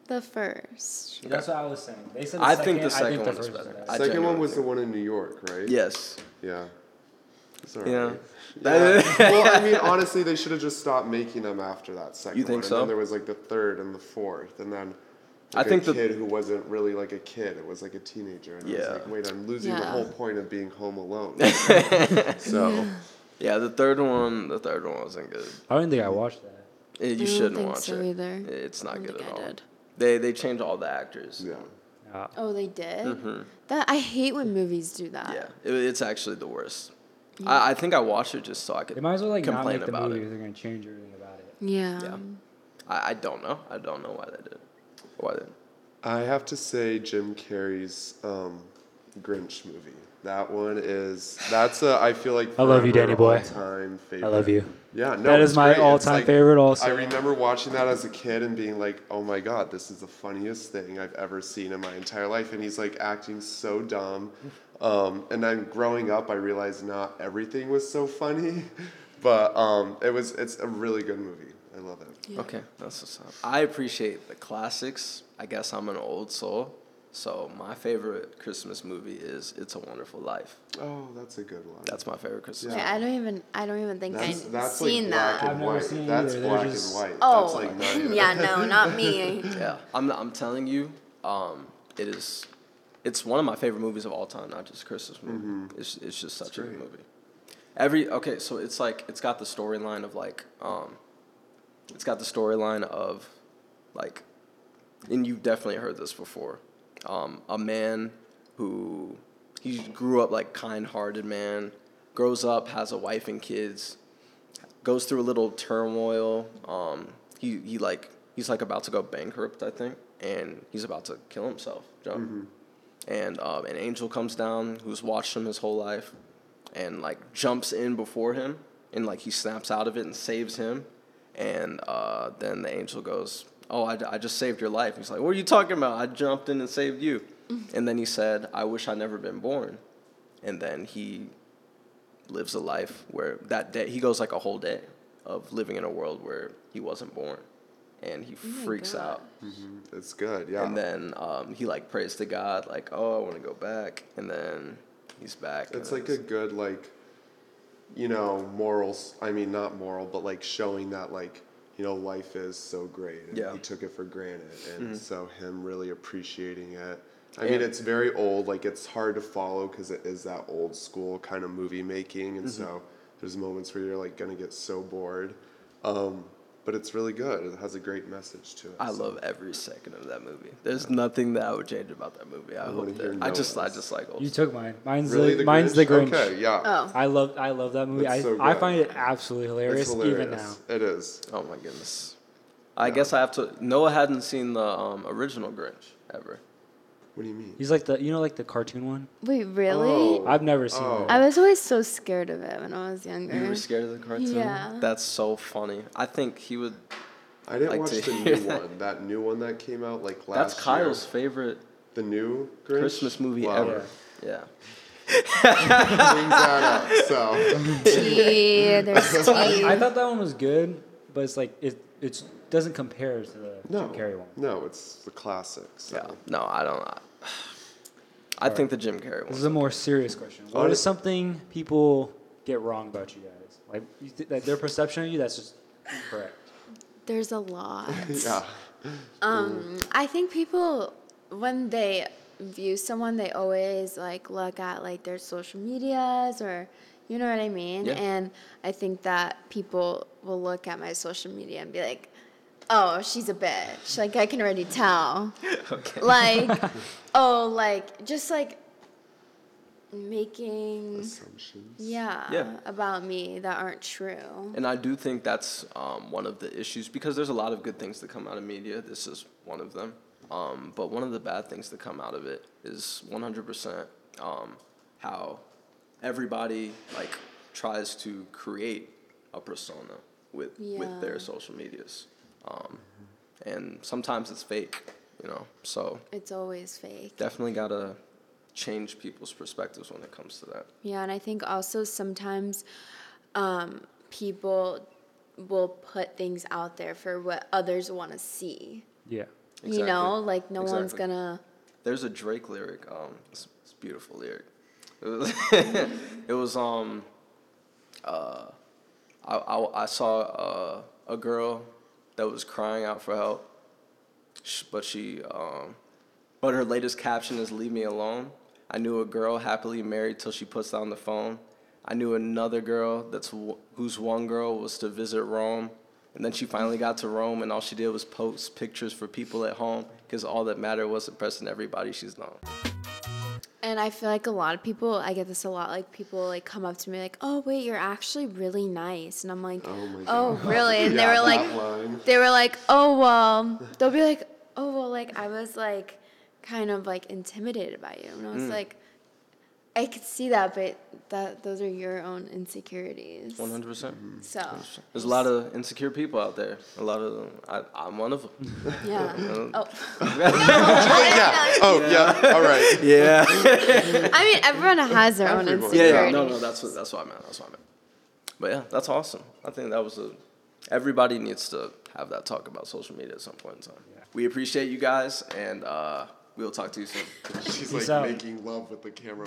S4: The first.
S1: Okay.
S3: That's what I was saying. They said the
S1: I
S3: second,
S1: think the
S3: I
S1: second
S3: think the
S1: one is
S3: first was
S1: better.
S3: better.
S1: I
S2: Second one
S1: genuinely
S2: was the
S1: think-
S2: one in New York, right?
S1: Yes.
S2: Yeah. It's all
S1: Yeah.
S2: right.
S1: That-
S2: well, I mean, honestly, they should have just stopped making them after that second.
S1: You think
S2: one.
S1: so?
S2: And then there was like the third and the fourth, and then
S1: I
S2: like,
S1: think
S2: a
S1: the-
S2: kid who wasn't really like a kid, it was like a teenager, and I was
S1: Yeah.
S2: like, wait, I'm losing the
S4: Yeah.
S2: whole point of being home alone. so
S1: Yeah, the third one, the third one wasn't good.
S3: I don't think I watched that.
S1: Eh, you
S4: don't
S1: shouldn't
S4: think
S1: watch
S4: so
S1: it.
S4: either.
S1: Eh, It's
S4: I
S1: not
S4: don't
S1: good
S4: think
S1: at
S4: I
S1: all.
S4: did.
S1: They they changed all the actors.
S2: yeah,
S3: Uh,
S4: Oh, they did.
S1: Mm-hmm.
S4: That I hate when movies do that.
S1: Yeah, it- it's actually the worst. I, I think I watched it just so I could
S3: they might as well like not
S1: complain
S3: make the
S1: about
S3: movie
S1: it.
S3: if they're gonna change everything about it.
S4: Yeah.
S1: Yeah. I, I don't know. I don't know why they did. Why they?
S2: I have to say Jim Carrey's um, Grinch movie. That one is that's a I feel like
S3: I love you,
S2: forever
S3: Danny boy.
S2: all-time favorite.
S3: I love you.
S2: Yeah, no,
S3: That is
S2: it's
S3: my
S2: great. It's
S3: all-time
S2: like-
S3: favorite also.
S2: I remember watching that as a kid and being like, "Oh my god, this is the funniest thing I've ever seen in my entire life." And he's like acting so dumb. Um, and then growing up, I realized not everything was so funny, but um, it was. It's a really good movie. I love it.
S1: Okay, that's what's up. I appreciate the classics. I guess I'm an old soul. So my favorite Christmas movie is It's a Wonderful Life.
S2: Oh, that's a good one.
S1: That's my favorite Christmas.
S4: Wait, I don't even. I don't even think
S2: that's,
S4: I've
S2: that's like
S4: seen
S2: black
S4: that.
S3: I've
S2: and
S3: never
S2: white.
S3: seen it
S2: that's
S3: either. They're
S2: black
S3: just-
S2: and white.
S4: Oh.
S2: That's like not even-
S4: yeah. No, not me.
S1: Yeah, I'm. I'm telling you, Um, it is, it's one of my favorite movies of all time, not just a Christmas movie. It's it's just such a good
S2: great.
S1: movie. Every okay, so it's like it's got the storyline of like, um, it's got the storyline of, like, and you've definitely heard this before. Um, a man who he grew up like kind-hearted man, grows up, has a wife and kids, goes through a little turmoil. Um, he he like he's like about to go bankrupt, I think, and he's about to kill himself. John. And um, an angel comes down who's watched him his whole life, and like jumps in before him, and like he snaps out of it and saves him, and uh, then the angel goes, "Oh, I, I just saved your life." He's like, "What are you talking about? I jumped in and saved you." And then he said, "I wish I'd never been born," and then he lives a life where that day he goes like a whole day of living in a world where he wasn't born and he
S4: Oh my
S1: freaks
S4: God.
S1: out
S2: It's good, yeah.
S1: and then um, he like prays to god like oh i want to go back and then he's back and
S2: it's like a
S1: it's-
S2: good like, you know, morals. I mean, not moral, but like showing that like you know life is so great. And
S1: Yeah.
S2: He took it for granted, and so him really appreciating it. I mean,
S1: And-
S2: it's very old. Like it's hard to follow because it is that old school kind of movie making, and so there's moments where you're like gonna get so bored. Um, but it's really good. It has a great message to it.
S1: i
S2: so.
S1: love every second of that movie there's nothing that i would change about that movie i,
S2: I wanna
S1: hope
S2: hear
S1: that i
S2: no
S1: just i
S2: else.
S1: just like old
S3: You took mine. Mine's
S2: Really,
S3: the, mine's the Grinch.
S2: Okay, yeah.
S4: Oh.
S3: I love I love that movie.
S2: That's
S3: I,
S2: so
S3: I
S2: good.
S3: find it absolutely hilarious,
S2: It's
S3: even now.
S2: hilarious. It is.
S1: oh my goodness i guess i have to noah hadn't seen the um, original grinch ever
S2: What do you mean?
S3: He's like the you know like the cartoon one.
S4: Wait, really?
S2: Oh.
S3: I've never seen
S2: Oh.
S4: I was always so scared of it when I was younger.
S1: you were scared of the cartoon
S4: Eh? Yeah.
S1: that's so funny i think he would
S2: I didn't
S1: like
S2: watch
S1: to
S2: the
S1: hear
S2: new
S1: that.
S2: one. That new one that came out like last.
S1: that's kyle's
S2: Year.
S1: favorite
S2: The new Grinch?
S1: christmas movie
S2: Wow.
S1: ever yeah
S2: Brings that up. So
S4: Tea, there's tea.
S3: I thought that one was good, but it's like it it doesn't compare to the
S2: no,
S3: Jim Carrey one.
S2: no, it's the classic. So.
S1: Yeah. No, I don't. I, I think the Jim Carrey
S3: This
S1: one.
S3: is a more serious question. What is something people get wrong about you guys? Like you th- that their perception of you that's just incorrect.
S4: There's a lot.
S2: Yeah.
S4: Um, I think people when they view someone, they always like look at like their social medias or you know what I mean.
S1: Yeah.
S4: And I think that people will look at my social media and be like, "Oh, she's a bitch." Like I can already tell.
S1: Okay.
S4: Like, oh, like just like making
S2: Assumptions.
S4: yeah,
S1: Yeah.
S4: about me that aren't true.
S1: And I do think that's um, one of the issues because there's a lot of good things that come out of media. This is one of them. Um, but one of the bad things that come out of it is 100% um, how everybody like tries to create a persona with with
S4: Yeah.
S1: their social medias, um, and sometimes it's fake, you know. So
S4: It's always fake.
S1: definitely gotta change people's perspectives when it comes to that.
S4: Yeah, and I think also sometimes um, people will put things out there for what others want to see.
S3: Yeah.
S4: You
S1: Exactly.
S4: know, like no one's
S1: Exactly.
S4: gonna.
S1: There's a Drake lyric. Um, it's, it's a beautiful lyric. It was, it was um, uh, I, I, I saw uh, a girl that was crying out for help, sh- but she um, but her latest caption is "Leave me alone." I knew a girl happily married till she puts down the phone. I knew another girl that's w- whose one girl was to visit Rome, and then she finally got to Rome, and all she did was post pictures for people at home, cause all that mattered was impressing everybody she's known.
S4: And I feel like a lot of people, I get this a lot. Like people like come up to me like, "Oh, wait, you're actually really nice," and I'm like,
S2: Oh my
S4: "Oh,
S2: God.
S4: really?" And they
S2: Yeah,
S4: were like,
S2: that line.
S4: they were like, "Oh, well," they'll be like, "Oh, well," like I was like, kind of like intimidated by you, and I was
S1: Mm.
S4: like, I could see that, but that those are your own insecurities.
S1: One hundred percent.
S4: So
S1: There's a lot of insecure people out there. A lot of them. I, I'm one of them.
S4: yeah. Oh,
S2: Yeah. Oh yeah. All right.
S1: Yeah.
S4: I mean, everyone has their own
S2: Everyone.
S4: insecurities.
S1: Yeah, yeah, no, no, that's what that's what I meant. That's what I meant. But yeah, that's awesome. I think that was a. Everybody needs to have that talk about social media at some point in time. We appreciate you guys, and uh, we'll talk to you soon.
S2: She's
S3: Peace
S2: like
S3: out.
S2: making love with the camera.